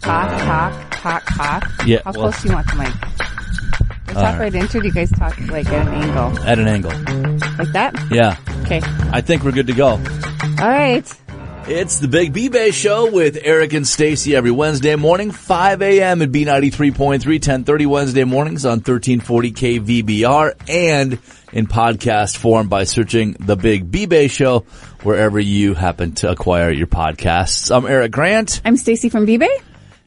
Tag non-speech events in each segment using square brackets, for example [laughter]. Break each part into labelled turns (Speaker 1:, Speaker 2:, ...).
Speaker 1: talk, talk, talk?
Speaker 2: Yeah,
Speaker 1: How
Speaker 2: well- uh,
Speaker 1: close do you want the mic? Do you talk
Speaker 2: Alright.
Speaker 1: right into it? Do you guys talk like at an angle?
Speaker 2: at an angle.
Speaker 1: Like that?
Speaker 2: Yeah,
Speaker 1: Okay.
Speaker 2: I think we're good to go.
Speaker 1: All right.
Speaker 2: It's the Big B-Bay Show with Eric and Stacy every Wednesday morning, 5 a.m. at B93.3, 1030 Wednesday mornings on 1340K VBR and in podcast form by searching the Big B-Bay Show wherever you happen to acquire your podcasts. I'm Eric Grant
Speaker 1: I'm Stacy from B-Bay.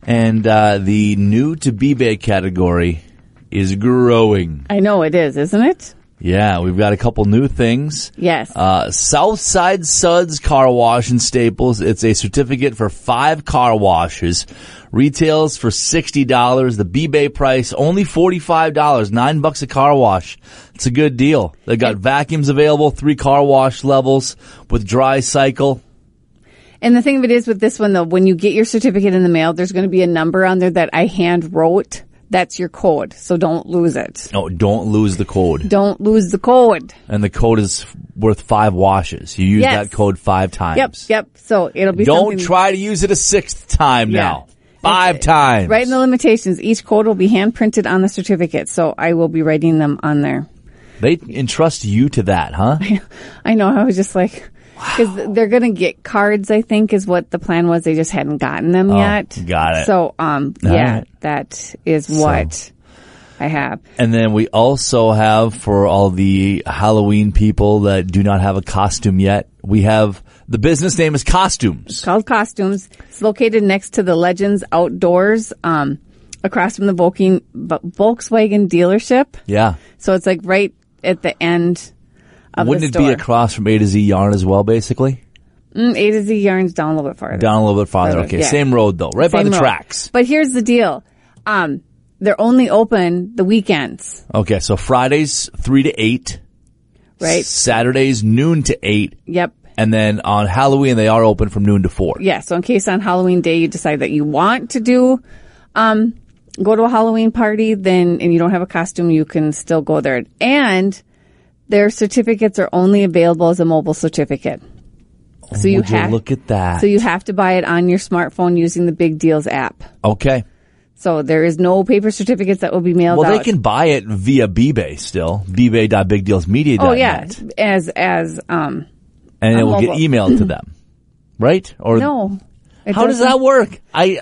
Speaker 2: and uh, the new to B-Bay category is growing.
Speaker 1: I know it is, isn't it?
Speaker 2: Yeah, we've got a couple new things.
Speaker 1: Yes.
Speaker 2: Uh, Southside Suds Car Wash and Staples. It's a certificate for five car washes. Retails for $60. The B-Bay price, only $45. Nine bucks a car wash. It's a good deal. They got vacuums available, three car wash levels with dry cycle.
Speaker 1: and the thing of it is with this one though, when you get your certificate in the mail, there's going to be a number on there that I hand wrote. That's your code. So don't lose it.
Speaker 2: No, don't lose the code.
Speaker 1: Don't lose the code.
Speaker 2: And the code is worth five washes. You use
Speaker 1: Yes.
Speaker 2: that code five times.
Speaker 1: Yep. Yep. So it'll be
Speaker 2: Don't
Speaker 1: something-
Speaker 2: try to use it a sixth time
Speaker 1: Yeah. uh,
Speaker 2: now. Five times.
Speaker 1: Right in the limitations, each code will be hand printed on the certificate, so I will be writing them on there.
Speaker 2: They entrust you to that, huh?
Speaker 1: I know, I was just like, because they're going to get cards, I think, is what the plan was. They just hadn't gotten them yet.
Speaker 2: Oh, got it.
Speaker 1: So, um, yeah,
Speaker 2: right.
Speaker 1: that is what I have.
Speaker 2: And then we also have for all the Halloween people that do not have a costume yet, we have the business name is Costumes.
Speaker 1: called Costumes. It's located next to the Legends Outdoors, um, across from the Volking, Vo- Volkswagen dealership.
Speaker 2: Yeah.
Speaker 1: So it's like right at the end of
Speaker 2: Wouldn't
Speaker 1: the
Speaker 2: it
Speaker 1: store.
Speaker 2: be across from A to Z yarn as well, basically?
Speaker 1: Mm, A to Z yarns down a little bit farther.
Speaker 2: Down a little bit farther.
Speaker 1: Further,
Speaker 2: Okay.
Speaker 1: yeah.
Speaker 2: Same road though, right by
Speaker 1: Same
Speaker 2: the
Speaker 1: road.
Speaker 2: tracks.
Speaker 1: But here's the deal. Um, they're only open the weekends,
Speaker 2: Okay. So Fridays three to eight,
Speaker 1: right?
Speaker 2: Saturdays noon to eight,
Speaker 1: Yep.
Speaker 2: and then on Halloween they are open from noon to four.
Speaker 1: Yeah. So in case on Halloween day you decide that you want to do, um, go to a Halloween party, then, and you don't have a costume, you can still go there. And their certificates are only available as a mobile certificate. So you
Speaker 2: Would you
Speaker 1: have,
Speaker 2: look at that.
Speaker 1: so you have to buy it on your smartphone using the Big Deals app.
Speaker 2: okay.
Speaker 1: So there is no paper certificates that will be mailed
Speaker 2: Well,
Speaker 1: out.
Speaker 2: they can buy it via B-Bay still. B-Bay.BigDealsMedia.net.
Speaker 1: Oh yeah, as as um
Speaker 2: and it
Speaker 1: On
Speaker 2: will get
Speaker 1: mobile.
Speaker 2: emailed
Speaker 1: [clears throat]
Speaker 2: to them, right? Or
Speaker 1: no. It
Speaker 2: how does
Speaker 1: doesn't-
Speaker 2: that work? I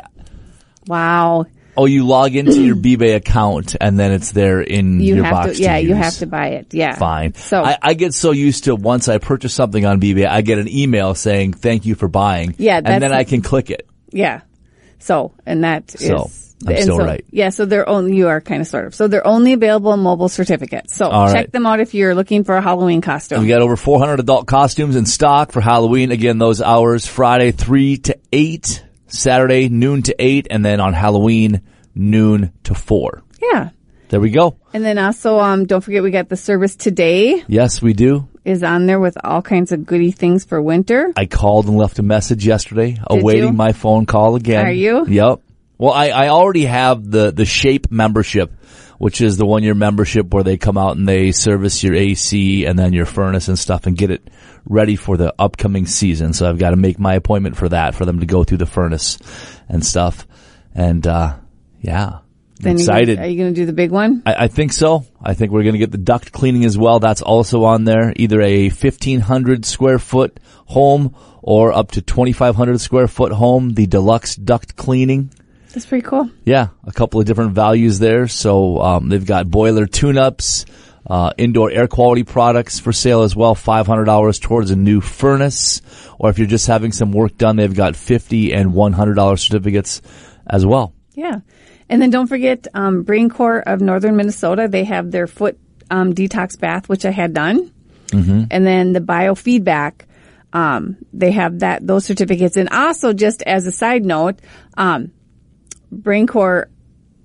Speaker 1: Wow.
Speaker 2: oh, you log
Speaker 1: [clears throat]
Speaker 2: into your BBay account and then it's there in
Speaker 1: You
Speaker 2: your
Speaker 1: have
Speaker 2: box.
Speaker 1: to, yeah, you
Speaker 2: use.
Speaker 1: have to buy it. Yeah.
Speaker 2: Fine.
Speaker 1: So,
Speaker 2: I, I get so used to once I purchase something on BBay, I get an email saying thank you for buying.
Speaker 1: Yeah,
Speaker 2: and then
Speaker 1: that's-
Speaker 2: I can click it.
Speaker 1: yeah. So, and that is.
Speaker 2: So, I'm
Speaker 1: and
Speaker 2: still
Speaker 1: so-
Speaker 2: right.
Speaker 1: Yeah. So they're only, you are kind of sort of. So they're only available on mobile certificates. So
Speaker 2: All
Speaker 1: check
Speaker 2: right.
Speaker 1: them out if you're looking for a Halloween costume.
Speaker 2: We got over 400 adult costumes in stock for Halloween. Again, those hours Friday three to eight, Saturday noon to eight, and then on Halloween noon to four.
Speaker 1: Yeah.
Speaker 2: There we go.
Speaker 1: And then also, um, don't forget we got the service today
Speaker 2: Yes, we do.
Speaker 1: is on there with all kinds of goody things for winter.
Speaker 2: I called and left a message yesterday, awaiting
Speaker 1: you?
Speaker 2: my phone call again.
Speaker 1: Are you?
Speaker 2: Yep. Well, I, I already have the, the Shape membership, which is the one year membership where they come out and they service your AC and then your furnace and stuff and get it ready for the upcoming season. So I've got to make my appointment for that for them to go through the furnace and stuff. And, uh, yeah.
Speaker 1: Then you-
Speaker 2: excited.
Speaker 1: are you going to do the big one?
Speaker 2: I, I think so. I think we're going to get the duct cleaning as well. That's also on there. Either a 1500 square foot home or up to 2500 square foot home, the deluxe duct cleaning.
Speaker 1: That's pretty cool.
Speaker 2: Yeah, a couple of different values there. So um, they've got boiler tune-ups, uh, indoor air quality products for sale as well. Five hundred dollars towards a new furnace, or if you're just having some work done, they've got fifty and one hundred dollars certificates as well.
Speaker 1: Yeah. And then don't forget, um, Brain Corps of Northern Minnesota, they have their foot um, detox bath, which I had done.
Speaker 2: Mm-hmm.
Speaker 1: And then the biofeedback, um, they have that, those certificates. And also, just as a side note, um, Brain Corps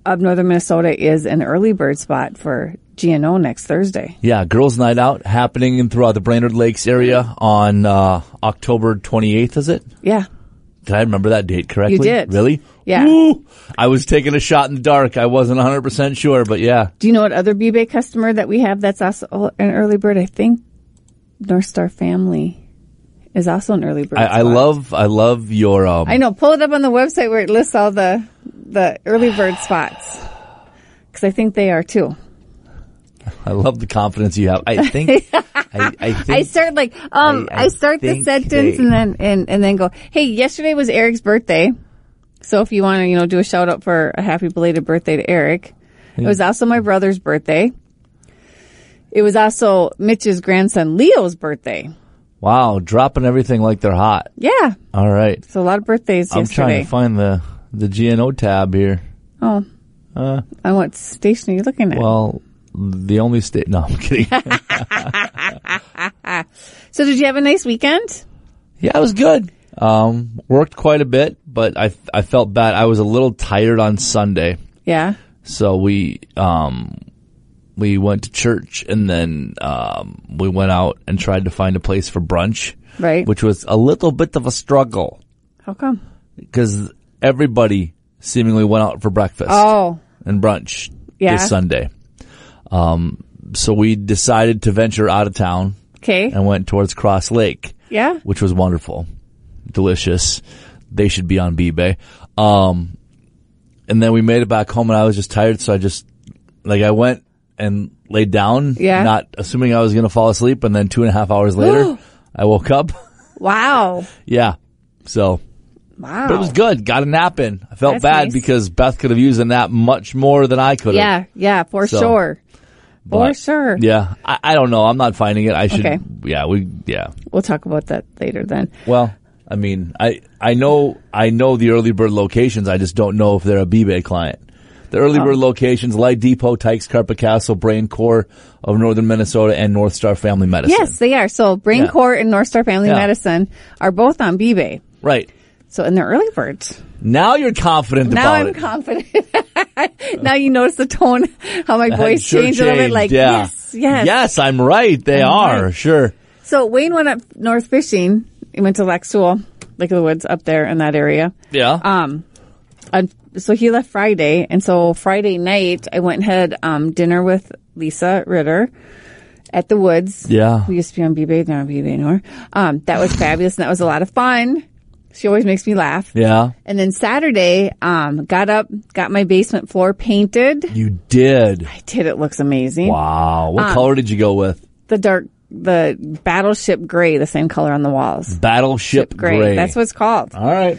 Speaker 1: of Northern Minnesota is an early bird spot for GNO next Thursday.
Speaker 2: Yeah, girls' night out happening in throughout the Brainerd Lakes area on uh, October 28th. Is it?
Speaker 1: Yeah.
Speaker 2: Did I remember that date correctly?
Speaker 1: You did.
Speaker 2: Really?
Speaker 1: Yeah.
Speaker 2: Woo! I was taking a shot in the dark. I wasn't 100 percent sure, but yeah,
Speaker 1: Do you know what other B-Bay customer that we have that's also an early bird? I think North Star Family is also an early bird.
Speaker 2: I, I
Speaker 1: spot.
Speaker 2: love I love your um,
Speaker 1: I know. Pull it up on the website where it lists all the the early
Speaker 2: [sighs]
Speaker 1: bird spots because I think they are too.
Speaker 2: I love the confidence you have. I think.
Speaker 1: [laughs]
Speaker 2: I, I think.
Speaker 1: I start like um
Speaker 2: I- I
Speaker 1: I, start the
Speaker 2: think
Speaker 1: sentence
Speaker 2: they-
Speaker 1: and then and, and then go, Hey, yesterday was Eric's birthday. So if you want to, you know, do a shout out for a happy belated birthday to Eric. It was also my brother's birthday. It was also Mitch's grandson Leo's birthday.
Speaker 2: wow, dropping everything like they're hot.
Speaker 1: Yeah.
Speaker 2: All right.
Speaker 1: So a lot of birthdays
Speaker 2: I'm trying
Speaker 1: yesterday.
Speaker 2: to find the the GNO tab here.
Speaker 1: oh. on what station are you looking at?
Speaker 2: Uh. Well, the only state. No, I'm kidding.
Speaker 1: [laughs] so did you have a nice weekend?
Speaker 2: yeah, it was good. Um, worked quite a bit, but I I felt bad. I was a little tired on Sunday.
Speaker 1: Yeah.
Speaker 2: So we um we went to church and then um we went out and tried to find a place for brunch,
Speaker 1: Right.
Speaker 2: which was a little bit of a struggle
Speaker 1: How come?
Speaker 2: because everybody seemingly went out for breakfast
Speaker 1: Oh.
Speaker 2: and brunch
Speaker 1: Yeah.
Speaker 2: this Sunday. Um so we decided to venture out of town
Speaker 1: Okay.
Speaker 2: and went towards Cross Lake
Speaker 1: Yeah.
Speaker 2: which was wonderful, delicious. They should be on B-Bay. Um, and then we made it back home and I was just tired. So I just, like, I went and laid down,
Speaker 1: Yeah.
Speaker 2: not assuming I was going to fall asleep. And then two and a half hours
Speaker 1: [gasps]
Speaker 2: later, I woke up. [laughs]
Speaker 1: Wow.
Speaker 2: yeah. So
Speaker 1: Wow.
Speaker 2: but it was good. Got a nap in. I felt
Speaker 1: That's
Speaker 2: bad
Speaker 1: nice.
Speaker 2: because Beth could have used a nap much more than I could have.
Speaker 1: Yeah, yeah, for
Speaker 2: So,
Speaker 1: sure. For
Speaker 2: but-
Speaker 1: sure.
Speaker 2: Yeah. I, I don't know. I'm not finding it. I should.
Speaker 1: Okay.
Speaker 2: Yeah. We, yeah.
Speaker 1: We'll talk about that later then.
Speaker 2: Well, I mean, I I know I know the early bird locations. I just don't know if they're a B-Bay client. The
Speaker 1: Oh.
Speaker 2: early bird locations: Light Depot, Tykes, Carpa Castle, Brain Core of Northern Minnesota, and North Star Family Medicine.
Speaker 1: Yes, they are. So Brain
Speaker 2: Yeah.
Speaker 1: Core and North Star Family
Speaker 2: Yeah.
Speaker 1: Medicine are both on B-Bay.
Speaker 2: Right
Speaker 1: So in the early birds.
Speaker 2: now, you're confident
Speaker 1: Now
Speaker 2: about
Speaker 1: I'm
Speaker 2: it.
Speaker 1: confident. [laughs] now you notice the tone, how
Speaker 2: [laughs]
Speaker 1: my
Speaker 2: That
Speaker 1: voice
Speaker 2: sure
Speaker 1: changed, a little bit.
Speaker 2: changed,
Speaker 1: Like
Speaker 2: yeah.
Speaker 1: yes, yes,
Speaker 2: I'm right. They are
Speaker 1: right.
Speaker 2: sure.
Speaker 1: So Wayne went up north fishing. He went to Lexul, Lake of the Woods, up there in that area.
Speaker 2: Yeah.
Speaker 1: Um, and so he left Friday, and so Friday night I went and had um, dinner with Lisa Ritter at the Woods.
Speaker 2: Yeah.
Speaker 1: we used to be on B-Bay, they're not on B-Bay anymore. Um, that was fabulous, and that was a lot of fun. She always makes me laugh.
Speaker 2: yeah.
Speaker 1: And then Saturday, um, got up, got my basement floor painted.
Speaker 2: You did.
Speaker 1: I Um, did. It looks amazing.
Speaker 2: Wow. What color did you go with?
Speaker 1: The dark, the battleship gray, the same color on the walls.
Speaker 2: Battleship
Speaker 1: Gray. That's what it's called.
Speaker 2: All right.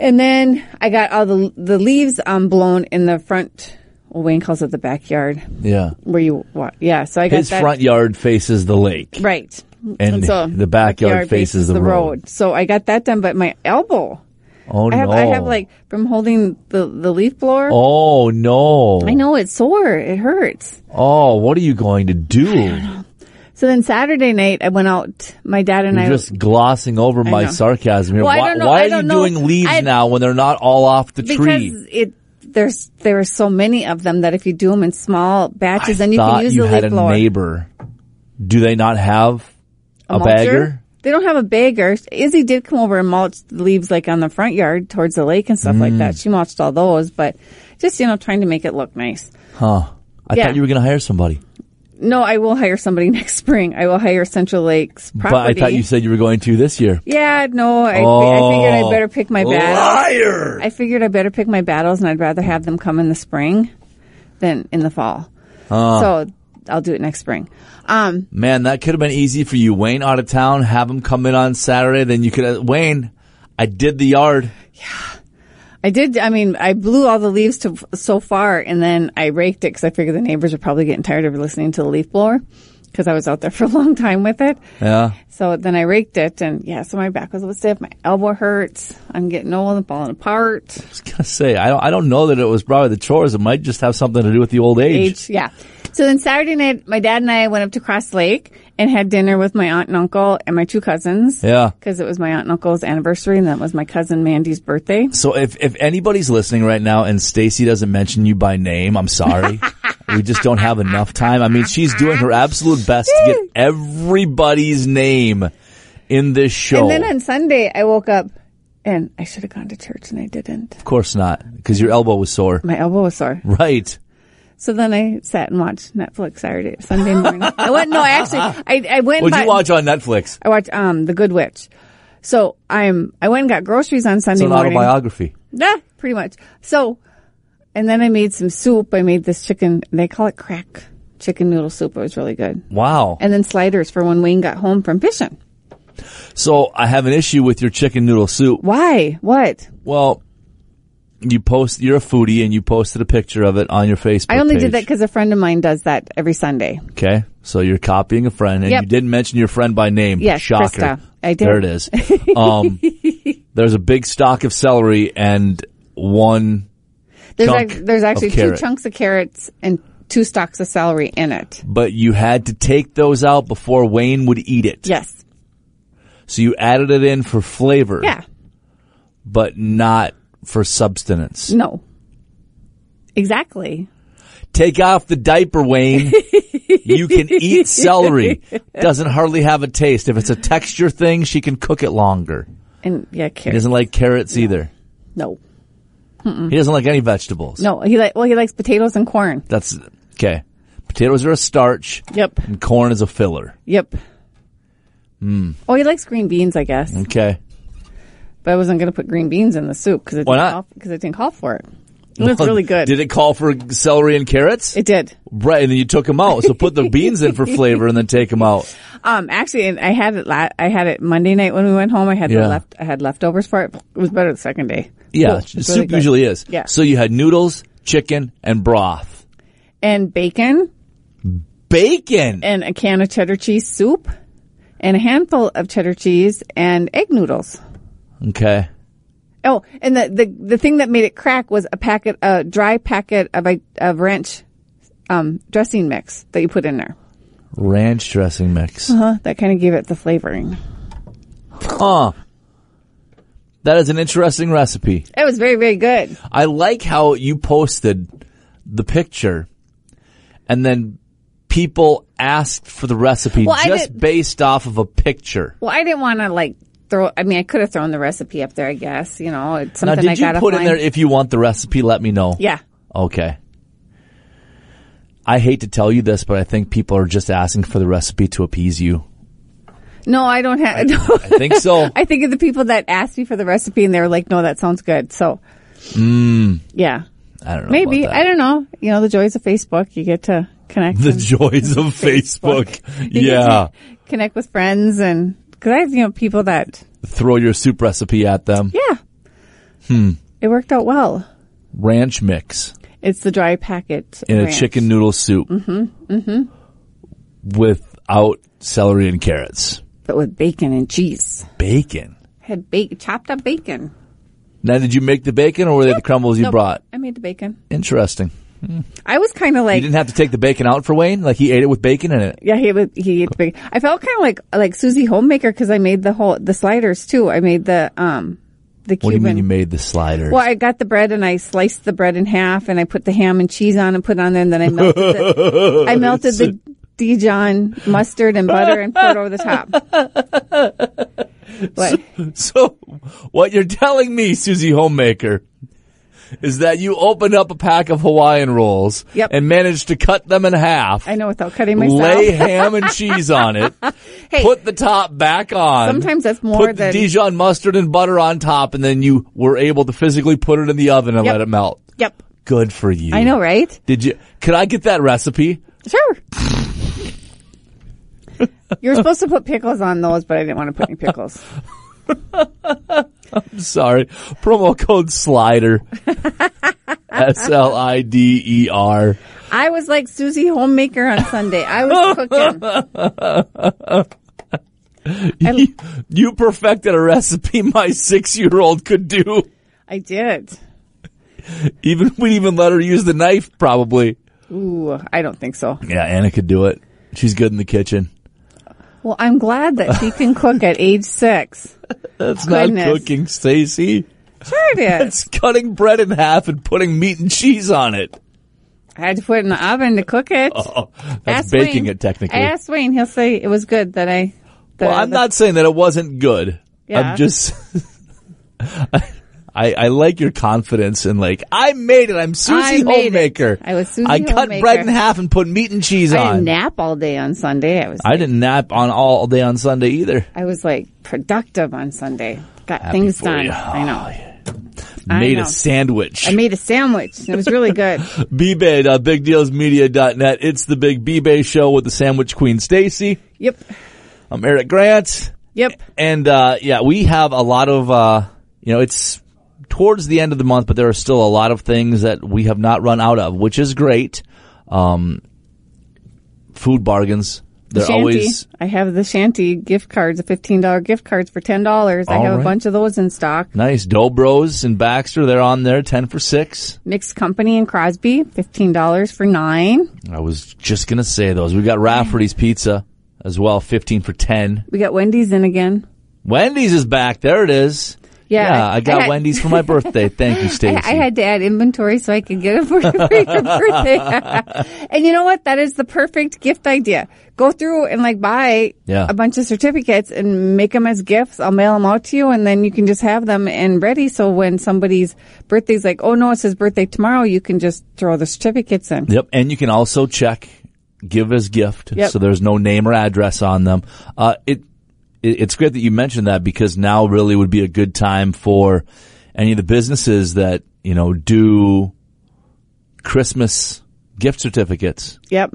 Speaker 1: And then I got all the the leaves um blown in the front. Well, Wayne calls it the backyard
Speaker 2: Yeah.
Speaker 1: where you walk. Yeah, so I got
Speaker 2: His
Speaker 1: that
Speaker 2: front yard faces the lake,
Speaker 1: right,
Speaker 2: and, the backyard, faces, the, road.
Speaker 1: So I got that done, but my elbow.
Speaker 2: Oh
Speaker 1: I have
Speaker 2: no!
Speaker 1: I have like from holding the the leaf blower.
Speaker 2: Oh no!
Speaker 1: I know it's sore. It hurts.
Speaker 2: Oh, what are you going to do?
Speaker 1: So then Saturday night I went out. My dad and
Speaker 2: You're
Speaker 1: I
Speaker 2: just glossing over my
Speaker 1: know.
Speaker 2: sarcasm here.
Speaker 1: Well, I
Speaker 2: why
Speaker 1: don't know.
Speaker 2: why
Speaker 1: I
Speaker 2: are you
Speaker 1: don't know.
Speaker 2: doing leaves
Speaker 1: I-
Speaker 2: now when they're not all off the
Speaker 1: because
Speaker 2: tree?
Speaker 1: it there's there are so many of them that if you do them in small
Speaker 2: I
Speaker 1: batches, then you
Speaker 2: thought
Speaker 1: can use
Speaker 2: you
Speaker 1: the
Speaker 2: had
Speaker 1: leaf
Speaker 2: a
Speaker 1: blower.
Speaker 2: neighbor. Do they not have a,
Speaker 1: mulcher?
Speaker 2: bagger?
Speaker 1: They don't have a bagger. Izzy did come over and mulch the leaves like on the front yard towards the lake and stuff like
Speaker 2: Mm.
Speaker 1: that. She mulched all those, but just, you know, trying to make it look nice.
Speaker 2: Huh? I
Speaker 1: Yeah.
Speaker 2: thought you were going to hire somebody,
Speaker 1: No, I will hire somebody [laughs] next spring. I will hire Central Lakes property.
Speaker 2: but I thought you said you were going to this year.
Speaker 1: yeah, no, I,
Speaker 2: oh,
Speaker 1: I figured I better pick my battles.
Speaker 2: liar!
Speaker 1: I figured I better pick my battles and I'd rather have them come in the spring than in the fall. So I'll do it next spring. Um,
Speaker 2: Man, that could have been easy for you. Wayne out of town, have him come in on Saturday. Then you could, have, Wayne, I did the yard.
Speaker 1: I did. I mean, I blew all the leaves to so far, and then I raked it because I figured the neighbors were probably getting tired of listening to the leaf blower because I was out there [laughs] for a long time with it.
Speaker 2: Yeah.
Speaker 1: So then I raked it, and yeah, so my back was a little stiff. My elbow hurts. I'm getting old and falling apart.
Speaker 2: I was gonna say I don't. I don't know that it was probably the chores. It might just have something to do with the old age.
Speaker 1: Age, yeah. So then Saturday night, my dad and I went up to Cross Lake and had dinner with my aunt and uncle and my two cousins.
Speaker 2: Yeah.
Speaker 1: Because it was my aunt and uncle's anniversary, and that was my cousin Mandy's birthday.
Speaker 2: So if if anybody's listening right now and Stacy doesn't mention you by name, I'm
Speaker 1: [laughs]
Speaker 2: sorry. we just don't have enough time. I mean, she's doing her absolute best to
Speaker 1: [laughs]
Speaker 2: get everybody's name in this show.
Speaker 1: And then on Sunday, I woke up and I should have gone to church, and I didn't.
Speaker 2: of course not, because your elbow was sore.
Speaker 1: My elbow was sore.
Speaker 2: Right.
Speaker 1: So then I sat and watched Netflix Saturday, Sunday morning. I went, no, I actually, I, I went and
Speaker 2: What'd
Speaker 1: bought-
Speaker 2: you watch on Netflix?
Speaker 1: I watched, um, The Good Witch. So I'm, I went and got groceries on Sunday
Speaker 2: It's an
Speaker 1: morning.
Speaker 2: autobiography.
Speaker 1: Yeah, pretty much. So, and then I made some soup. I made this chicken. They call it crack chicken noodle soup. It was really good.
Speaker 2: Wow.
Speaker 1: And then sliders for when Wayne got home from fishing.
Speaker 2: So I have an issue with your chicken noodle soup.
Speaker 1: Why? What?
Speaker 2: Well, you post, you're a foodie and you posted a picture of it on your Facebook
Speaker 1: I only
Speaker 2: page.
Speaker 1: did that because a friend of mine does that every Sunday.
Speaker 2: Okay. So you're copying a friend and
Speaker 1: Yep.
Speaker 2: you didn't mention your friend by name.
Speaker 1: Yes,
Speaker 2: Shocker.
Speaker 1: Krista. I did.
Speaker 2: There
Speaker 1: [laughs]
Speaker 2: it is. Um, there's a big stock of celery and one,
Speaker 1: There's
Speaker 2: Chunk
Speaker 1: ac- there's actually
Speaker 2: of
Speaker 1: two
Speaker 2: carrot.
Speaker 1: chunks of carrots and two stalks of celery in it.
Speaker 2: but you had to take those out before Wayne would eat it.
Speaker 1: Yes.
Speaker 2: So you added it in for flavor,
Speaker 1: Yeah.
Speaker 2: but not for substance.
Speaker 1: No. Exactly.
Speaker 2: Take off the diaper, Wayne. you can
Speaker 1: [laughs]
Speaker 2: eat celery. Doesn't hardly have a taste. If it's a texture thing, she can cook it longer.
Speaker 1: And yeah,
Speaker 2: He
Speaker 1: carrots.
Speaker 2: doesn't like carrots either.
Speaker 1: No.
Speaker 2: He doesn't like any vegetables.
Speaker 1: Mm. No. He like well, he likes potatoes and corn.
Speaker 2: That's okay. Potatoes are a starch
Speaker 1: Yep.
Speaker 2: and corn is a filler.
Speaker 1: Yep.
Speaker 2: Hmm.
Speaker 1: Oh, he likes green beans, I guess.
Speaker 2: Okay.
Speaker 1: But I wasn't going to put green beans in the soup because it
Speaker 2: Why
Speaker 1: didn't
Speaker 2: not?
Speaker 1: call, because it didn't call for it. And it's really good.
Speaker 2: Did it call for celery and carrots?
Speaker 1: It did.
Speaker 2: right, and then you took them out. So
Speaker 1: [laughs]
Speaker 2: put the beans in for flavor and then take them out.
Speaker 1: Um, actually, and I had it. La- I had it Monday night when we went home. I had
Speaker 2: Yeah.
Speaker 1: the left. I had leftovers for it. It was better the second day.
Speaker 2: Yeah,
Speaker 1: Cool. It's
Speaker 2: soup
Speaker 1: really good.
Speaker 2: usually is.
Speaker 1: Yeah.
Speaker 2: So you had noodles, chicken, and broth.
Speaker 1: and bacon
Speaker 2: Bacon.
Speaker 1: and a can of cheddar cheese soup and a handful of cheddar cheese and egg noodles.
Speaker 2: Okay.
Speaker 1: Oh, and the the, the thing that made it crack was a packet, a dry packet of a of ranch um, dressing mix that you put in there.
Speaker 2: Ranch dressing mix.
Speaker 1: Huh? That kind of gave it the flavoring.
Speaker 2: Huh. That is an interesting recipe.
Speaker 1: It was very very good.
Speaker 2: I like how you posted the picture and then people asked for the recipe
Speaker 1: Well, I
Speaker 2: just
Speaker 1: did-
Speaker 2: based off of a picture.
Speaker 1: Well, I didn't want to like throw. I mean, I could have thrown the recipe up there. I guess you know it's
Speaker 2: Now,
Speaker 1: something
Speaker 2: did
Speaker 1: I got
Speaker 2: you
Speaker 1: to
Speaker 2: put in
Speaker 1: find.
Speaker 2: there if you want the recipe, let me know?
Speaker 1: Yeah.
Speaker 2: Okay. I hate to tell you this, but I think people are just asking for the recipe to appease you.
Speaker 1: No, I don't have.
Speaker 2: I
Speaker 1: [laughs]
Speaker 2: think so.
Speaker 1: I think of the people that asked me for the recipe and they were like, no, that sounds good. So, yeah,
Speaker 2: I don't know.
Speaker 1: maybe.
Speaker 2: Mm. about that.
Speaker 1: I don't know. You know, the joys of Facebook, you get to connect.
Speaker 2: the
Speaker 1: and-
Speaker 2: joys
Speaker 1: [laughs]
Speaker 2: of
Speaker 1: Facebook.
Speaker 2: Facebook.
Speaker 1: you get
Speaker 2: Yeah.
Speaker 1: to Connect with friends and, cause I have, you know, people that,
Speaker 2: Throw your soup recipe at them.
Speaker 1: yeah.
Speaker 2: Hmm.
Speaker 1: It worked out well.
Speaker 2: Ranch mix.
Speaker 1: It's the dry packet.
Speaker 2: in
Speaker 1: ranch.
Speaker 2: a chicken noodle soup mm-hmm, mm-hmm. without celery and carrots.
Speaker 1: But with bacon and cheese.
Speaker 2: Bacon.
Speaker 1: Had bacon, chopped up bacon.
Speaker 2: Now, did you make the bacon or were they the crumbles you
Speaker 1: Nope.
Speaker 2: brought?
Speaker 1: I made the bacon.
Speaker 2: Interesting.
Speaker 1: I was kind of
Speaker 2: You
Speaker 1: like,
Speaker 2: didn't have to take the bacon out for Wayne? Like he ate it with bacon in it?
Speaker 1: Yeah, he would. He ate the big. I felt kind of like like Susie Homemaker because I made the whole the sliders too. I made the um the Cuban.
Speaker 2: What do you mean you made the slider?
Speaker 1: well, I got the bread and I sliced the bread in half and I put the ham and cheese on and put it on there and then I melted the, I melted the Dijon mustard and butter and poured over the top. But
Speaker 2: [laughs] So, what you're telling me, Susie Homemaker, is that you opened up a pack of Hawaiian rolls
Speaker 1: Yep.
Speaker 2: and managed to cut them in half,
Speaker 1: I know without cutting myself.
Speaker 2: lay ham and cheese on it,
Speaker 1: [laughs] hey,
Speaker 2: put the top back on.
Speaker 1: sometimes that's more
Speaker 2: put the
Speaker 1: than
Speaker 2: Dijon mustard and butter on top, and then you were able to physically put it in the oven and
Speaker 1: Yep.
Speaker 2: let it melt.
Speaker 1: yep.
Speaker 2: Good for you.
Speaker 1: I know, right?
Speaker 2: Did you? Could I get that recipe?
Speaker 1: Sure. You're supposed to put pickles on those, but I didn't want to put any pickles.
Speaker 2: I'm sorry. Promo
Speaker 1: [laughs]
Speaker 2: code slider. S L I D E R.
Speaker 1: I was like Susie Homemaker on Sunday. I was cooking.
Speaker 2: You, [laughs] you perfected a recipe my six year old could do.
Speaker 1: I did.
Speaker 2: Even we even let her use the knife, probably.
Speaker 1: Ooh, I don't think so.
Speaker 2: Yeah, Anna could do it. She's good in the kitchen.
Speaker 1: Well, I'm glad that she can cook at age six.
Speaker 2: That's not
Speaker 1: Goodness.
Speaker 2: cooking, Stacy.
Speaker 1: Sure it is.
Speaker 2: It's cutting bread in half and putting meat and cheese on it.
Speaker 1: I had to put it in the oven to cook it.
Speaker 2: Oh,
Speaker 1: Ask
Speaker 2: that's baking
Speaker 1: Wayne.
Speaker 2: it technically.
Speaker 1: I asked Wayne. He'll say it was good that I. That
Speaker 2: well,
Speaker 1: I-
Speaker 2: I'm not saying that it wasn't good.
Speaker 1: Yeah.
Speaker 2: I'm just. [laughs] I, I like your confidence and like I made it. I'm Susie
Speaker 1: I made it.
Speaker 2: Homemaker.
Speaker 1: I was Susie
Speaker 2: I cut
Speaker 1: Homemaker.
Speaker 2: bread in half and put meat and cheese
Speaker 1: I
Speaker 2: on.
Speaker 1: didn't nap all day on Sunday. I was. I,
Speaker 2: I didn't nap on all day on Sunday either.
Speaker 1: was like productive on Sunday. Got
Speaker 2: Happy
Speaker 1: things
Speaker 2: for Oh,
Speaker 1: done.
Speaker 2: you.
Speaker 1: I know. I
Speaker 2: made
Speaker 1: know.
Speaker 2: a sandwich.
Speaker 1: I made a sandwich. and It was really
Speaker 2: [laughs]
Speaker 1: good.
Speaker 2: bbay.bigdealsmedia.net. It's the Big B-Bay Show with the Sandwich Queen Stacy.
Speaker 1: Yep.
Speaker 2: I'm Eric Grant.
Speaker 1: Yep.
Speaker 2: And uh, yeah, we have a lot of uh, you know it's towards the end of the month, but there are still a lot of things that we have not run out of, which is great. Um, food bargains. They're
Speaker 1: shanty.
Speaker 2: always
Speaker 1: I have the shanty gift cards, the fifteen dollar gift cards for ten dollars. I
Speaker 2: All
Speaker 1: have
Speaker 2: right.
Speaker 1: a bunch of those in stock.
Speaker 2: nice. Dobros and Baxter, they're on there, ten for six.
Speaker 1: Mixed company and Crosby, fifteen dollars for nine.
Speaker 2: I was just gonna say those. We've got Rafferty's Pizza as well, fifteen for ten.
Speaker 1: We got Wendy's in again.
Speaker 2: Wendy's is back. There it is.
Speaker 1: Yeah,
Speaker 2: I,
Speaker 1: I
Speaker 2: got
Speaker 1: had-
Speaker 2: Wendy's for my birthday. Thank
Speaker 1: [laughs]
Speaker 2: you,
Speaker 1: I,
Speaker 2: Stacy.
Speaker 1: I had to add inventory so I could get it for, [laughs] for your birthday. [laughs] and you know what? That is the perfect gift idea. Go through and like buy
Speaker 2: Yeah.
Speaker 1: a bunch of certificates and make them as gifts. I'll mail them out to you and then you can just have them and ready. So when somebody's birthday's like, oh no, it's his birthday tomorrow, you can just throw the certificates in.
Speaker 2: Yep, and you can also check give as gift,
Speaker 1: Yep.
Speaker 2: so there's no name or address on them. Uh, it, it it's great that you mentioned that because now really would be a good time for any of the businesses that you know do Christmas gift certificates.
Speaker 1: Yep.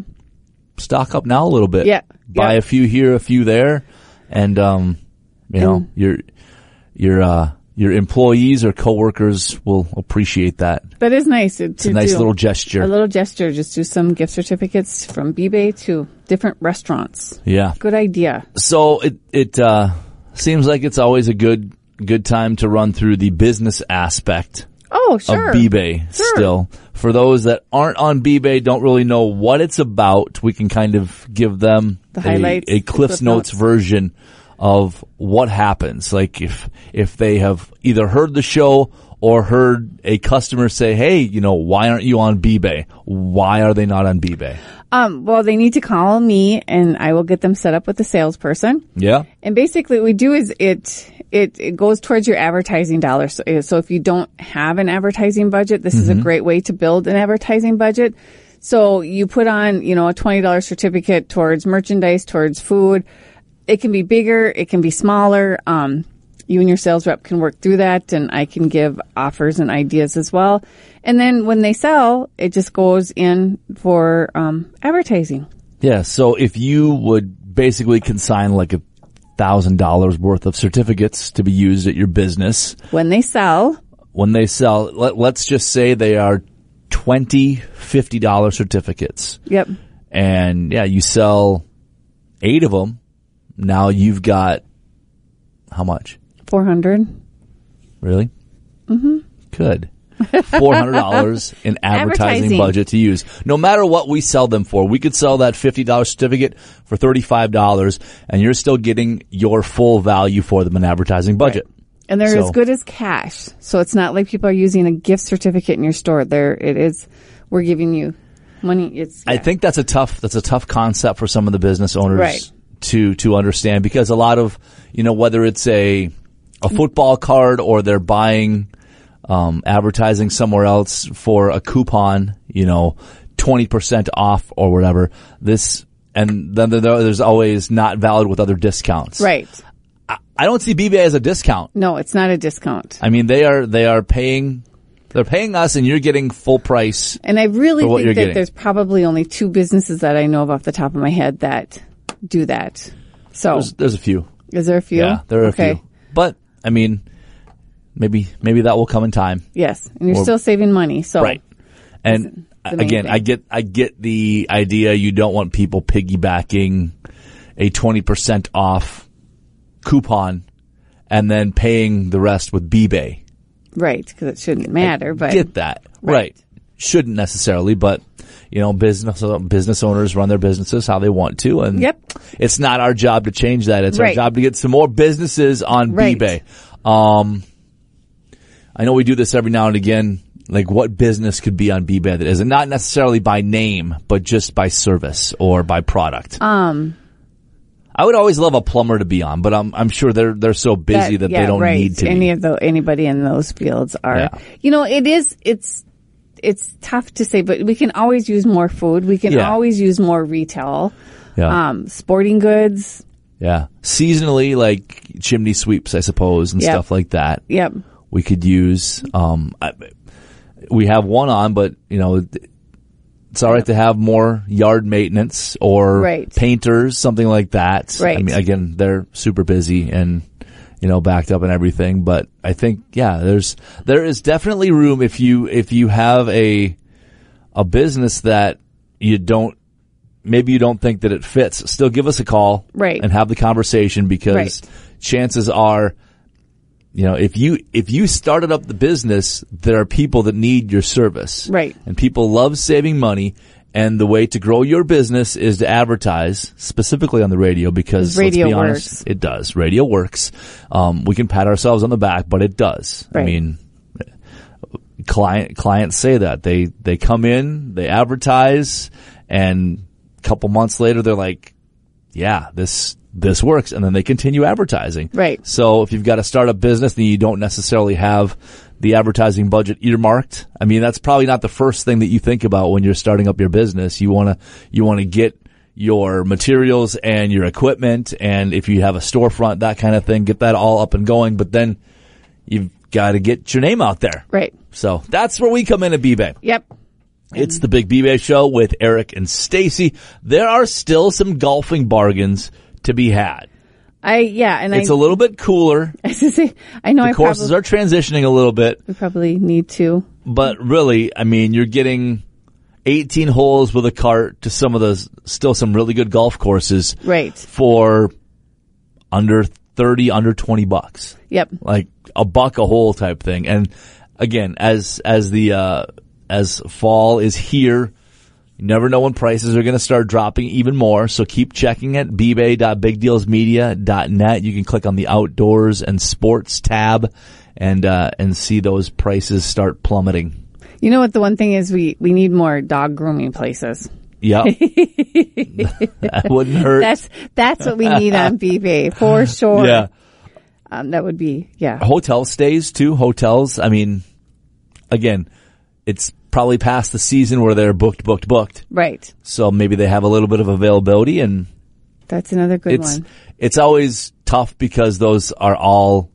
Speaker 2: Stock up now a little bit.
Speaker 1: Yeah,
Speaker 2: buy
Speaker 1: yeah.
Speaker 2: a few here, a few there, and um, you know your your uh, your employees or coworkers will appreciate that.
Speaker 1: That is nice. It's
Speaker 2: A nice little gesture.
Speaker 1: A little gesture. Just do some gift certificates from B-Bay to different restaurants.
Speaker 2: yeah.
Speaker 1: Good idea.
Speaker 2: So it it uh, seems like it's always a good good time to run through the business aspect
Speaker 1: Oh,
Speaker 2: of
Speaker 1: sure.
Speaker 2: B-Bay
Speaker 1: Sure.
Speaker 2: still. For those that aren't on B-Bay, don't really know what it's about, we can kind of give them
Speaker 1: The
Speaker 2: a-
Speaker 1: highlights,
Speaker 2: a,
Speaker 1: the
Speaker 2: Cliff's
Speaker 1: Cliff
Speaker 2: Notes
Speaker 1: Notes.
Speaker 2: version of what happens. Like if if they have either heard the show or heard a customer say, "Hey, you know, why aren't you on B-Bay? Why are they not on B-Bay?"
Speaker 1: Um, well, they need to call me and I will get them set up with a salesperson.
Speaker 2: Yeah.
Speaker 1: And basically what we do is it, it, it goes towards your advertising dollar. So, so if you don't have an advertising budget, this is a great way to build an advertising budget. So you put on, you know, a $20 certificate towards merchandise, towards food. It can be bigger. It can be smaller. Um, you and your sales rep can work through that and I can give offers and ideas as well. And then when they sell, it just goes in for, um, advertising.
Speaker 2: Yeah. So if you would basically consign like a thousand dollars worth of certificates to be used at your business
Speaker 1: When they sell,
Speaker 2: when they sell, let, let's just say they are 20 $50 certificates
Speaker 1: yep.
Speaker 2: and yeah, you sell eight of them. Now you've got how much?
Speaker 1: 400.
Speaker 2: Really? Mm-hmm. Good. Four hundred [laughs] dollars in advertising,
Speaker 1: Advertising.
Speaker 2: budget to use. No matter what we sell them for, we could sell that fifty dollar certificate for thirty five dollars, and you're still getting your full value for them in advertising budget.
Speaker 1: And they're
Speaker 2: So-
Speaker 1: as good as cash. So it's not like people are using a gift certificate in your store. There it is. We're giving you money. It's
Speaker 2: I think that's a tough that's a tough concept for some of the business owners
Speaker 1: Right.
Speaker 2: to to understand because a lot of you know whether it's a a football card or they're buying um, advertising somewhere else for a coupon, you know, twenty percent off or whatever. This and then there- there's always not valid with other discounts.
Speaker 1: right.
Speaker 2: I don't see BBA as a discount.
Speaker 1: No, it's not a discount.
Speaker 2: I mean, they are they are paying they're paying us, and you're getting full price.
Speaker 1: And I really
Speaker 2: For what
Speaker 1: think
Speaker 2: you're
Speaker 1: that
Speaker 2: getting.
Speaker 1: there's probably only two businesses that I know of off the top of my head that do that. So
Speaker 2: There's, there's a few.
Speaker 1: is there a few?
Speaker 2: Yeah, there are
Speaker 1: okay.
Speaker 2: a few. But I mean, maybe maybe that will come in time,
Speaker 1: Yes. And you're
Speaker 2: Or-
Speaker 1: still saving money. So
Speaker 2: And
Speaker 1: the main
Speaker 2: again,
Speaker 1: thing.
Speaker 2: I get I get the idea. You don't want people piggybacking a twenty percent off coupon and then paying the rest with B-Bay.
Speaker 1: right. Cause it shouldn't matter, but
Speaker 2: Get that right. Shouldn't necessarily, but you know, business business owners run their businesses how they want to, and
Speaker 1: Yep.
Speaker 2: it's not our job to change that. It's our
Speaker 1: Right.
Speaker 2: job to get some more businesses on
Speaker 1: Right.
Speaker 2: eBay. Um, I know we do this every now and again. Like, what business could be on eBay that isn't not necessarily by name, but just by service or by product? Um, I would always love a plumber to be on, but I'm I'm sure they're they're so busy that,
Speaker 1: yeah,
Speaker 2: they don't
Speaker 1: right.
Speaker 2: need to.
Speaker 1: any
Speaker 2: be.
Speaker 1: of the anybody in those fields are
Speaker 2: Yeah.
Speaker 1: you know it is it's it's tough to say but we can always use more food we can
Speaker 2: Yeah.
Speaker 1: always use more retail
Speaker 2: Yeah.
Speaker 1: um sporting goods
Speaker 2: Yeah. Seasonally, like chimney sweeps, I suppose, and
Speaker 1: Yep.
Speaker 2: stuff like that.
Speaker 1: yep
Speaker 2: we could use. Um, I, we have one on, but you know, it's all right to have more yard maintenance or
Speaker 1: Right.
Speaker 2: painters, something like that. I
Speaker 1: Right.
Speaker 2: mean, again, they're super busy and you know backed up and everything, but I think yeah, there's there is definitely room if you if you have a a business that you don't maybe you don't think that it fits, still give us a call
Speaker 1: Right.
Speaker 2: and have the conversation because
Speaker 1: Right.
Speaker 2: chances are you know if you if you started up the business there are people that need your service
Speaker 1: Right.
Speaker 2: and people love saving money and the way to grow your business is to advertise specifically on the radio because
Speaker 1: Radio
Speaker 2: let's be honest
Speaker 1: works.
Speaker 2: it does radio works um, we can pat ourselves on the back but it does i
Speaker 1: Right.
Speaker 2: mean client clients say that they they come in they advertise and a couple months later they're like yeah this this works and then they continue advertising
Speaker 1: Right.
Speaker 2: so if you've got a startup business and you don't necessarily have the advertising budget earmarked, I mean that's probably not the first thing that you think about when you're starting up your business. You want to you want to get your materials and your equipment and if you have a storefront that kind of thing, get that all up and going, but then you've got to get your name out there.
Speaker 1: Right.
Speaker 2: So that's where we come in at B-Bay.
Speaker 1: Yep.
Speaker 2: It's the Big B-Bay Show with Eric and Stacy. There are still some golfing bargains to be had.
Speaker 1: I yeah, and
Speaker 2: It's
Speaker 1: I
Speaker 2: a little bit cooler.
Speaker 1: [laughs] I was gonna say, I know I
Speaker 2: The courses
Speaker 1: probably,
Speaker 2: are transitioning a little bit,
Speaker 1: we probably need to.
Speaker 2: but really, I mean, you're getting 18 holes with a cart to some of those, still some really good golf courses
Speaker 1: Right.
Speaker 2: for under 30, under 20 bucks
Speaker 1: Yep.
Speaker 2: like a buck a hole type thing. And again, as as the uh, as fall is here, you never know when prices are going to start dropping even more. So keep checking it. bbay.bigdealsmedia.net. You can click on the outdoors and sports tab and uh, and see those prices start plummeting.
Speaker 1: You know what? The one thing is we we need more dog grooming places.
Speaker 2: Yep, that wouldn't hurt.
Speaker 1: That's that's what we need
Speaker 2: [laughs]
Speaker 1: on BB for sure.
Speaker 2: yeah.
Speaker 1: Um, that would be yeah.
Speaker 2: hotel stays too. Hotels. I mean, again, it's probably past the season where they're booked, booked, booked.
Speaker 1: Right.
Speaker 2: So maybe they have a little bit of availability and
Speaker 1: That's another good
Speaker 2: it's,
Speaker 1: one.
Speaker 2: it's always tough because those are all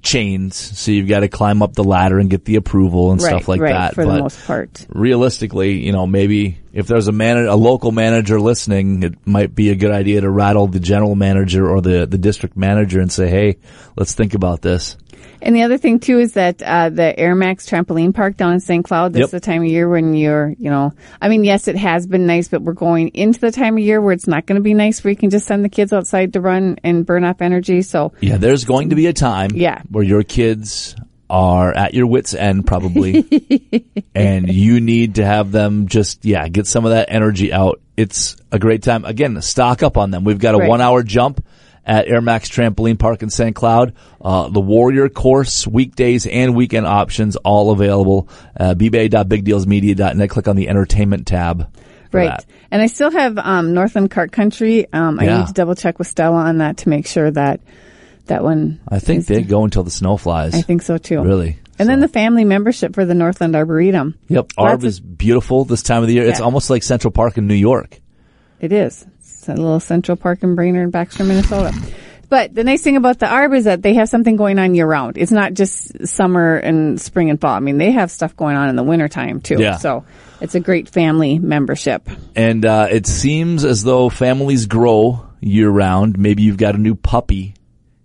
Speaker 2: chains. So you've got to climb up the ladder and get the approval and
Speaker 1: right.
Speaker 2: stuff like
Speaker 1: right.
Speaker 2: that.
Speaker 1: For
Speaker 2: but
Speaker 1: the most part.
Speaker 2: realistically, you know, maybe if there's a man, a local manager listening, it might be a good idea to rattle the general manager or the, the district manager and say, Hey, let's think about this.
Speaker 1: And the other thing too is that uh, the Air Max trampoline park down in St. Cloud. That's
Speaker 2: Yep.
Speaker 1: the time of year when you're, you know, I mean, yes, it has been nice, but we're going into the time of year where it's not going to be nice, where you can just send the kids outside to run and burn off energy. So
Speaker 2: Yeah, there's going to be a time
Speaker 1: Yeah.
Speaker 2: where your kids are at your wits end probably
Speaker 1: [laughs]
Speaker 2: and you need to have them just yeah, get some of that energy out. It's a great time. Again, stock up on them. We've got a
Speaker 1: Right.
Speaker 2: 1-hour jump at Air Max Trampoline Park in St. Cloud. Uh, the Warrior course, weekdays and weekend options all available. Uh, bbay.bigdealsmedia.net. Click on the entertainment tab. for
Speaker 1: right,
Speaker 2: that.
Speaker 1: and I still have um, Northland Cart Country. Um, I
Speaker 2: Yeah.
Speaker 1: need to double check with Stella on that to make sure that that one.
Speaker 2: I think they go until the snow flies.
Speaker 1: I think so too.
Speaker 2: Really.
Speaker 1: And then the family membership for the Northland Arboretum.
Speaker 2: Yep,
Speaker 1: Lots
Speaker 2: Arb
Speaker 1: of-
Speaker 2: is beautiful this time of the year. It's
Speaker 1: Yeah.
Speaker 2: almost like Central Park in New York.
Speaker 1: It is. It's a little Central Park in Brainerd, Baxter, Minnesota. But the nice thing about the ARB is that they have something going on year round. It's not just summer and spring and fall. I mean, they have stuff going on in the wintertime too.
Speaker 2: Yeah.
Speaker 1: So it's a great family membership.
Speaker 2: And uh, it seems as though families grow year round. Maybe you've got a new puppy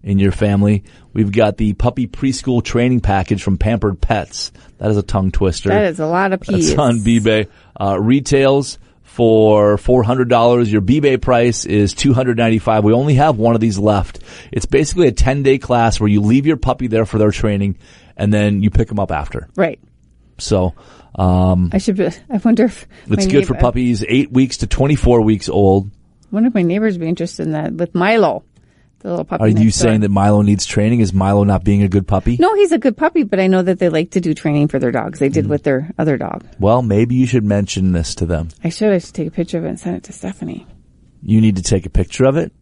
Speaker 2: in your family. We've got the puppy preschool training package from Pampered Pets. That is a tongue twister.
Speaker 1: That is a lot of peas.
Speaker 2: It's on B-Bay. Uh, retails for $400. Your B-Bay price is 295 We only have one of these left. It's basically a 10-day class where you leave your puppy there for their training and then you pick them up after.
Speaker 1: Right.
Speaker 2: So, um,
Speaker 1: I should. Be, I wonder if my
Speaker 2: It's good
Speaker 1: neighbor-
Speaker 2: for puppies, eight weeks to twenty-four weeks old.
Speaker 1: I wonder if my neighbors would be interested in that with Milo, the little puppy.
Speaker 2: Are you
Speaker 1: next door.
Speaker 2: saying that Milo needs training? Is Milo not being a
Speaker 1: [laughs]
Speaker 2: good puppy?
Speaker 1: No, he's a good puppy, but I know that they like to do training for their dogs. They did
Speaker 2: Mm.
Speaker 1: with their other dog.
Speaker 2: Well, maybe you should mention this to them.
Speaker 1: I should. I should take a picture of it and send it to Stephanie.
Speaker 2: You need to take a picture of it.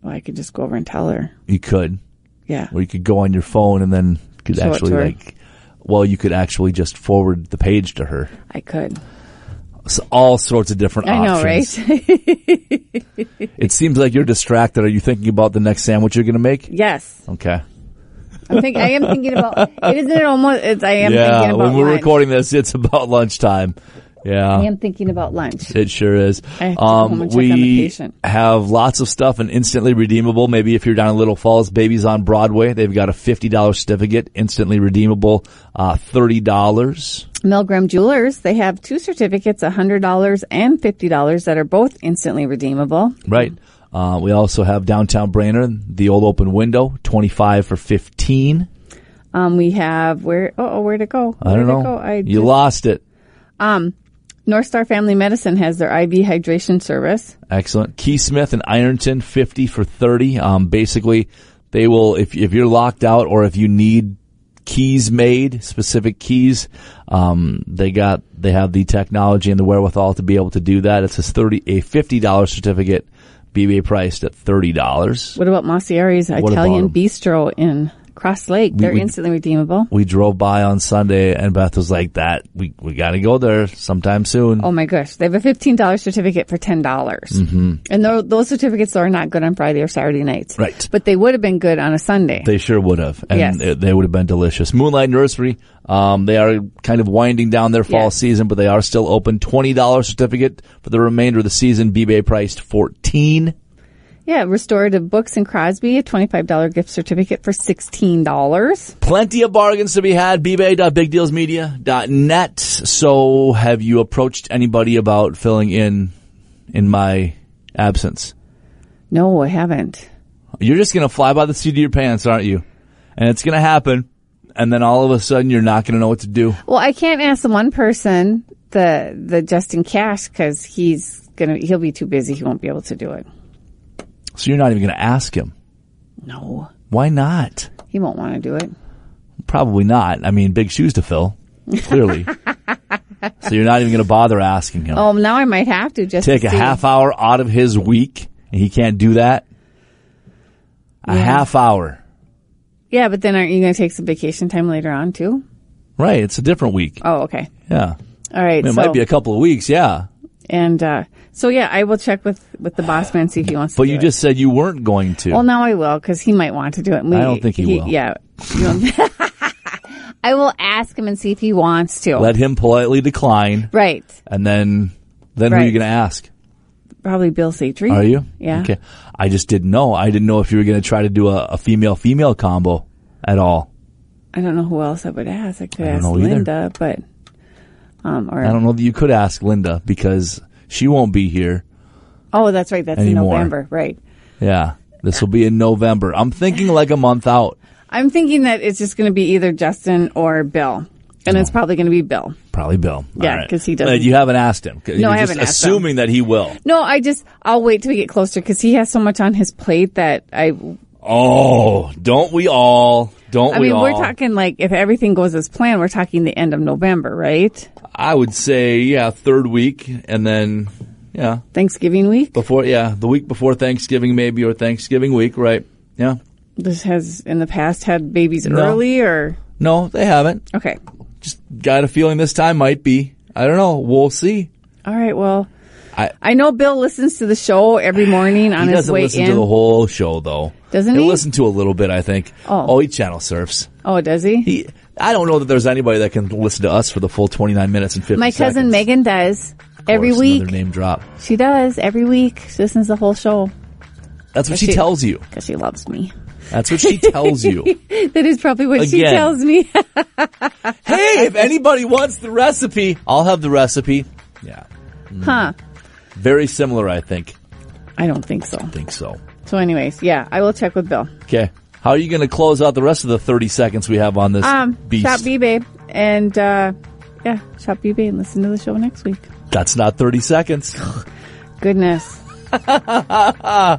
Speaker 1: Well, I could just go over and tell her.
Speaker 2: You could,
Speaker 1: Yeah.
Speaker 2: or you could go on your phone and then could
Speaker 1: Show it to
Speaker 2: actually
Speaker 1: her.
Speaker 2: like, well, you could actually just forward the page to her.
Speaker 1: I could.
Speaker 2: So all sorts of different
Speaker 1: I know,
Speaker 2: options.
Speaker 1: right? [laughs]
Speaker 2: It seems like you're distracted. Are you thinking about the next sandwich you're going to make?
Speaker 1: yes.
Speaker 2: Okay.
Speaker 1: I'm think, I am thinking about. It isn't it almost. It's, I am
Speaker 2: yeah,
Speaker 1: thinking about
Speaker 2: when we're
Speaker 1: lunch.
Speaker 2: recording this, it's about lunchtime.
Speaker 1: I
Speaker 2: Yeah,
Speaker 1: am thinking about lunch.
Speaker 2: it sure is. Um,
Speaker 1: I have to go home and check on the
Speaker 2: we
Speaker 1: patient.
Speaker 2: have lots of stuff and instantly redeemable. Maybe if you're down in Little Falls, Babies on Broadway, they've got a fifty dollars certificate, instantly redeemable, uh, thirty dollars.
Speaker 1: Milgram Jewelers, they have two certificates, $100 and $50 that are both instantly redeemable.
Speaker 2: Right.
Speaker 1: Mm-hmm.
Speaker 2: Uh, we also have downtown Brainerd, the old open window, twenty five for fifteen.
Speaker 1: Um, we have where, oh, where'd it go?
Speaker 2: I
Speaker 1: Where'd
Speaker 2: don't know.
Speaker 1: It go? I um,
Speaker 2: you lost it.
Speaker 1: North Star Family Medicine has their IV hydration service.
Speaker 2: Excellent. Keysmith and Ironton, 50 for 30. Um, basically, they will, if, if you're locked out or if you need keys made, specific keys, um, they got, they have the technology and the wherewithal to be able to do that. It's a 30, a $50 certificate, BBA priced at $30.
Speaker 1: What about Mossieri's
Speaker 2: about
Speaker 1: Italian
Speaker 2: 'em?
Speaker 1: Bistro in Cross Lake? They're
Speaker 2: we-
Speaker 1: instantly redeemable.
Speaker 2: We drove by on Sunday and Beth was like, that, we, we gotta go there sometime soon.
Speaker 1: Oh my gosh, they have a $15 certificate for $10. dollars
Speaker 2: Mm-hmm.
Speaker 1: And tho- those certificates are not good on Friday or Saturday nights.
Speaker 2: Right.
Speaker 1: But they would have been good on a Sunday.
Speaker 2: They sure would have, and
Speaker 1: Yes.
Speaker 2: they- they would have been delicious. Moonlight Nursery, um, they are kind of winding down their fall
Speaker 1: Yeah.
Speaker 2: season, but they are still open. Twenty dollars certificate for the remainder of the season. B-Bay priced fourteen.
Speaker 1: yeah, Restorative Books and Crosby, a $25 gift certificate for $16.
Speaker 2: Plenty of bargains to be had. bbay.bigdealsmedia.net. So, have you approached anybody about filling in in my absence?
Speaker 1: No, I haven't.
Speaker 2: You're just gonna fly by the seat of your pants, aren't you? And it's gonna happen. And then all of a sudden, you're not gonna know what to do.
Speaker 1: Well, I can't ask the one person, the the Justin Cash, because he's gonna he'll be too busy. He won't be able to do it.
Speaker 2: So you're not even gonna ask him.
Speaker 1: No,
Speaker 2: Why not?
Speaker 1: he won't want to do it.
Speaker 2: Probably not. I mean, big shoes to fill,
Speaker 1: [laughs]
Speaker 2: clearly. so you're not even going to bother asking him.
Speaker 1: Oh, now I might have to just
Speaker 2: Take
Speaker 1: to
Speaker 2: a
Speaker 1: see.
Speaker 2: half hour out of his week, and he can't do that. A half hour,
Speaker 1: Yeah, but then aren't you gonna take some vacation time later on too?
Speaker 2: right? It's a different week.
Speaker 1: Oh, okay.
Speaker 2: Yeah,
Speaker 1: All right.
Speaker 2: it
Speaker 1: so,
Speaker 2: might be a couple of weeks. Yeah,
Speaker 1: and uh, so yeah, I will check with with the boss man see if he wants.
Speaker 2: but
Speaker 1: to do
Speaker 2: you
Speaker 1: it.
Speaker 2: just said you weren't going to.
Speaker 1: Well, now I will because he might want to do it. And we-
Speaker 2: I don't think he will.
Speaker 1: Yeah. You don't- [laughs] I will ask him and see if he wants to.
Speaker 2: Let him politely decline,
Speaker 1: right.
Speaker 2: and then then who are you
Speaker 1: Right.
Speaker 2: going to ask?
Speaker 1: Probably Bill Satry.
Speaker 2: Are you?
Speaker 1: Yeah.
Speaker 2: Okay. I just didn't know. I didn't know if you were going to try to do a, a female female combo at all.
Speaker 1: I don't know who else I would ask. I could
Speaker 2: don't
Speaker 1: ask
Speaker 2: know either.
Speaker 1: Linda, but um, or
Speaker 2: I don't know that you could ask Linda because she won't be here.
Speaker 1: oh, that's right, that's
Speaker 2: Anymore.
Speaker 1: in November, right?
Speaker 2: Yeah. This will be in November. I'm thinking like a month out.
Speaker 1: I'm thinking that it's just going to be either Justin or Bill, and it's probably going to be Bill.
Speaker 2: Probably Bill.
Speaker 1: Yeah,
Speaker 2: All right.
Speaker 1: 'cause he
Speaker 2: But
Speaker 1: doesn't-
Speaker 2: You haven't asked him. No,
Speaker 1: I haven't asked him.
Speaker 2: Assuming that he will.
Speaker 1: No, I just I'll wait till we get closer because he has so much on his plate that I.
Speaker 2: Oh, don't we all? Don't
Speaker 1: I
Speaker 2: we
Speaker 1: mean,
Speaker 2: all?
Speaker 1: we're talking like if everything goes as planned, we're talking the end of November, right?
Speaker 2: I would say, yeah, third week and then, yeah,
Speaker 1: Thanksgiving week.
Speaker 2: before, yeah, the week before Thanksgiving maybe or Thanksgiving week, right? Yeah.
Speaker 1: This has in the past had babies
Speaker 2: No.
Speaker 1: early or
Speaker 2: No, they haven't.
Speaker 1: okay.
Speaker 2: Just got a feeling this time might be. I don't know. We'll see.
Speaker 1: All right, well.
Speaker 2: I-
Speaker 1: I, know Bill listens to the show every morning on
Speaker 2: He
Speaker 1: his
Speaker 2: doesn't
Speaker 1: way
Speaker 2: listen
Speaker 1: in.
Speaker 2: to the whole show though.
Speaker 1: Doesn't
Speaker 2: He'll
Speaker 1: he?
Speaker 2: listen to a little bit, I think.
Speaker 1: Oh.
Speaker 2: oh he channel surfs.
Speaker 1: oh, does he?
Speaker 2: He, I don't know that there's anybody that can listen to us for the full 29 minutes and 50
Speaker 1: My
Speaker 2: seconds.
Speaker 1: cousin Megan does
Speaker 2: Of
Speaker 1: every
Speaker 2: course,
Speaker 1: week.
Speaker 2: Another name drop.
Speaker 1: She does every week. She listens to the whole show
Speaker 2: That's what she,
Speaker 1: she-
Speaker 2: tells you.
Speaker 1: because she loves me. [laughs]
Speaker 2: That's what she tells you. hey,
Speaker 1: That is probably what she
Speaker 2: Again. Mm.
Speaker 1: tells me. [laughs]
Speaker 2: if anybody wants the recipe, I'll have the recipe. Yeah.
Speaker 1: huh?
Speaker 2: Very similar, I think.
Speaker 1: I don't think so.
Speaker 2: Think so.
Speaker 1: So, anyways, yeah, I will check with Bill.
Speaker 2: Okay. How are you going to close out the rest of the 30 seconds we have on this
Speaker 1: Um,
Speaker 2: beast?
Speaker 1: shop B babe and uh, yeah, shop B babe and listen to the show next week.
Speaker 2: That's not 30 seconds.
Speaker 1: Goodness.
Speaker 2: Ah,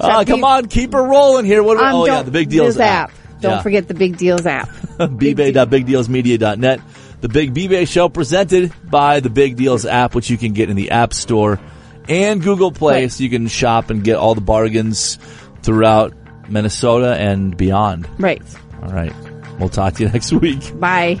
Speaker 1: Shop
Speaker 2: come
Speaker 1: B-
Speaker 2: on, keep her rolling here. What do we,
Speaker 1: Um,
Speaker 2: oh yeah,
Speaker 1: don't-
Speaker 2: the big deals
Speaker 1: this app. Don't
Speaker 2: Yeah.
Speaker 1: forget the big deals app.
Speaker 2: bbay.bigdealsmedia.net. The Big B-Bay Show presented by the Big Deals app, which you can get in the App Store and Google Play,
Speaker 1: Right.
Speaker 2: so you can shop and get all the bargains throughout Minnesota and beyond.
Speaker 1: right.
Speaker 2: All right. We'll talk to you [laughs] next week.
Speaker 1: Bye.